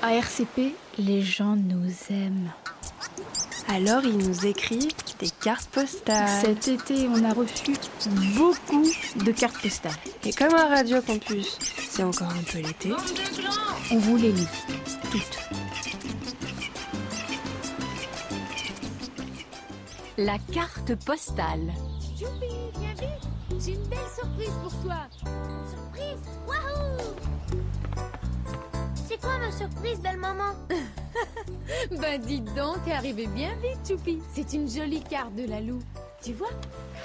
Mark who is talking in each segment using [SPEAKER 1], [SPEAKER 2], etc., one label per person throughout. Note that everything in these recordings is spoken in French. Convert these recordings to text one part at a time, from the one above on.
[SPEAKER 1] À RCP, les gens nous aiment.
[SPEAKER 2] Alors ils nous écrivent des cartes
[SPEAKER 3] Euh,
[SPEAKER 2] postales.
[SPEAKER 1] Cet été, on a reçu beaucoup de cartes postales.
[SPEAKER 2] Et comme à Radio Campus, c'est encore un peu l'été.
[SPEAKER 1] On vous les lit toutes.
[SPEAKER 4] La carte postale.
[SPEAKER 3] Youpi, viens vite J'ai une belle surprise pour toi
[SPEAKER 5] Surprise Waouh C'est quoi ma surprise, belle maman
[SPEAKER 3] Ben dis donc, t'es arrivé bien vite, Choupi C'est une jolie carte de la Lou. Tu vois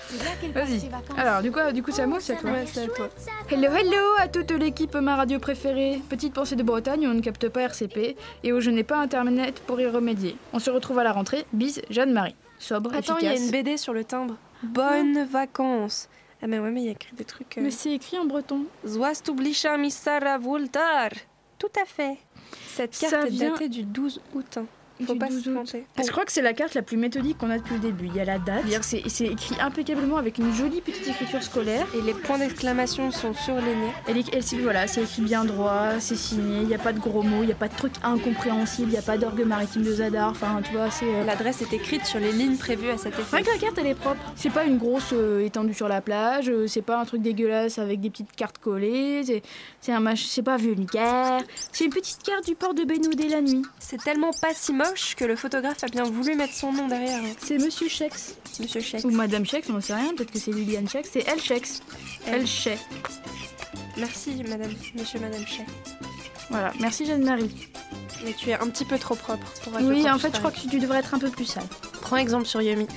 [SPEAKER 3] C'est là qu'elle passe
[SPEAKER 6] Vas-y.
[SPEAKER 3] ses vacances.
[SPEAKER 6] Alors, du coup, du coup, c'est à moi, ou c'est à
[SPEAKER 5] ça
[SPEAKER 6] toi.
[SPEAKER 5] m'a
[SPEAKER 6] Ouais,
[SPEAKER 5] l'air
[SPEAKER 6] c'est à toi.
[SPEAKER 5] chouette, ça.
[SPEAKER 6] Hello, hello à toute l'équipe ma radio préférée. Petite pensée de Bretagne où on ne capte pas RCP et où je n'ai pas internet pour y remédier. On se retrouve à la rentrée. Bise, Jeanne-Marie. Sobre,
[SPEAKER 2] Attends, il y a
[SPEAKER 6] efficace.
[SPEAKER 2] une BD sur le timbre. Bonnes vacances Ah mais ouais, mais il y a écrit des trucs... euh,
[SPEAKER 6] Mais c'est écrit en breton.
[SPEAKER 2] Zwastublicha Missara Voltar Tout à fait Cette
[SPEAKER 6] Ça
[SPEAKER 2] carte est
[SPEAKER 6] vient-
[SPEAKER 2] datée du 12 août. hein. Faut
[SPEAKER 6] Du
[SPEAKER 2] pas
[SPEAKER 6] 12
[SPEAKER 2] se
[SPEAKER 6] août.
[SPEAKER 2] planter.
[SPEAKER 6] Ah, Je crois que c'est la carte la plus méthodique qu'on a depuis le début. Il y a la date. C'est-à-dire que C'est c'est écrit impeccablement avec une jolie petite écriture scolaire.
[SPEAKER 2] Et les points d'exclamation sont surlignés.
[SPEAKER 6] Elle, est- elle- c'est- voilà, c'est écrit bien droit, c'est signé, il n'y a pas de gros mots, il n'y a pas de trucs incompréhensibles, il n'y a pas d'orgue maritime de Zadar. Enfin, tu vois, c'est. euh,
[SPEAKER 2] L'adresse est écrite sur les lignes prévues à cet effet.
[SPEAKER 6] Rien que la carte, elle est propre. C'est pas une grosse euh, étendue sur la plage, euh, c'est pas un truc dégueulasse avec des petites cartes collées, c'est- c'est un mach... c'est pas vulgaire. C'est une petite carte du port de Bénodet la nuit.
[SPEAKER 2] C'est tellement pas si moche que le photographe a bien voulu mettre son nom derrière, hein,
[SPEAKER 6] C'est Monsieur Chex.
[SPEAKER 2] monsieur Chèque.
[SPEAKER 6] Ou Madame Chex, on sait rien, peut-être que c'est Liliane Chex, c'est elle Chex.
[SPEAKER 2] Elle.
[SPEAKER 6] Elle Chex.
[SPEAKER 2] Merci, madame, monsieur, madame Chèque.
[SPEAKER 6] Voilà, merci Jeanne-Marie.
[SPEAKER 2] Mais tu es un petit peu trop propre pour Radio
[SPEAKER 6] Oui, en
[SPEAKER 2] Campus
[SPEAKER 6] fait, je crois
[SPEAKER 2] Paris.
[SPEAKER 6] que tu devrais être un peu plus sale.
[SPEAKER 2] Prends exemple sur Yumi.